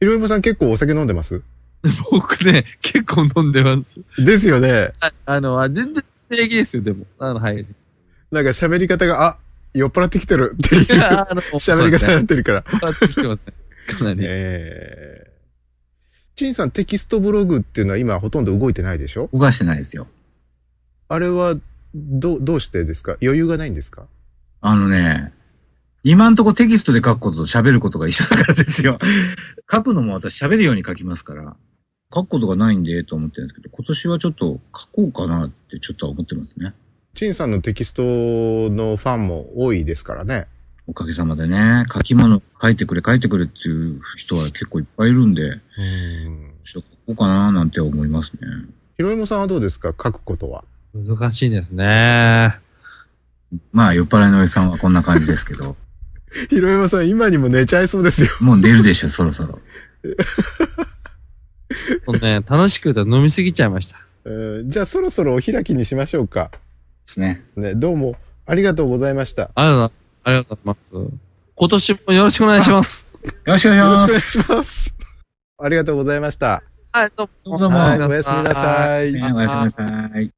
ひろゆむさん結構お酒飲んでます僕ね、結構飲んでます。ですよね。ああの、あ全然平気ですよ、でも。あの、はい。なんか喋り方が、あ、酔っ払ってきてるっていうあ の、喋り方になってるから。変わってきてますね。かなり。えー。陳さんテキストブログっていうのは今ほとんど動いてないでしょ動かしてないですよ。あれは、ど、どうしてですか余裕がないんですかあのね、今んとこテキストで書くことと喋ることが一緒だからですよ。 書くのも私喋るように書きますから、書くことがないんでと思ってるんですけど、今年はちょっと書こうかなってちょっとは思ってますね。陳さんのテキストのファンも多いですからね。おかげさまでね、書き物書いてくれ書いてくれっていう人は結構いっぱいいるんで、うん。ちょっと書こうかななんて思いますね。ひろゆむさんはどうですか書くことは。難しいですね。まあ酔っ払いのおじさんはこんな感じですけど、ひろゆむさん今にも寝ちゃいそうですよ。もう寝るでしょ、そろそろ。そうね、楽しく歌飲みすぎちゃいました。えーじゃあそろそろお開きにしましょうか。ですね。ね、どうもありがとうございました。ありがとう、ありがとうございます。今年もよろしくお願いします。よろしくお願いよしろましくおす願い。します。ありがとうございました。はい、どうも。どうもはおやすみなさい。ねおやすみなさい。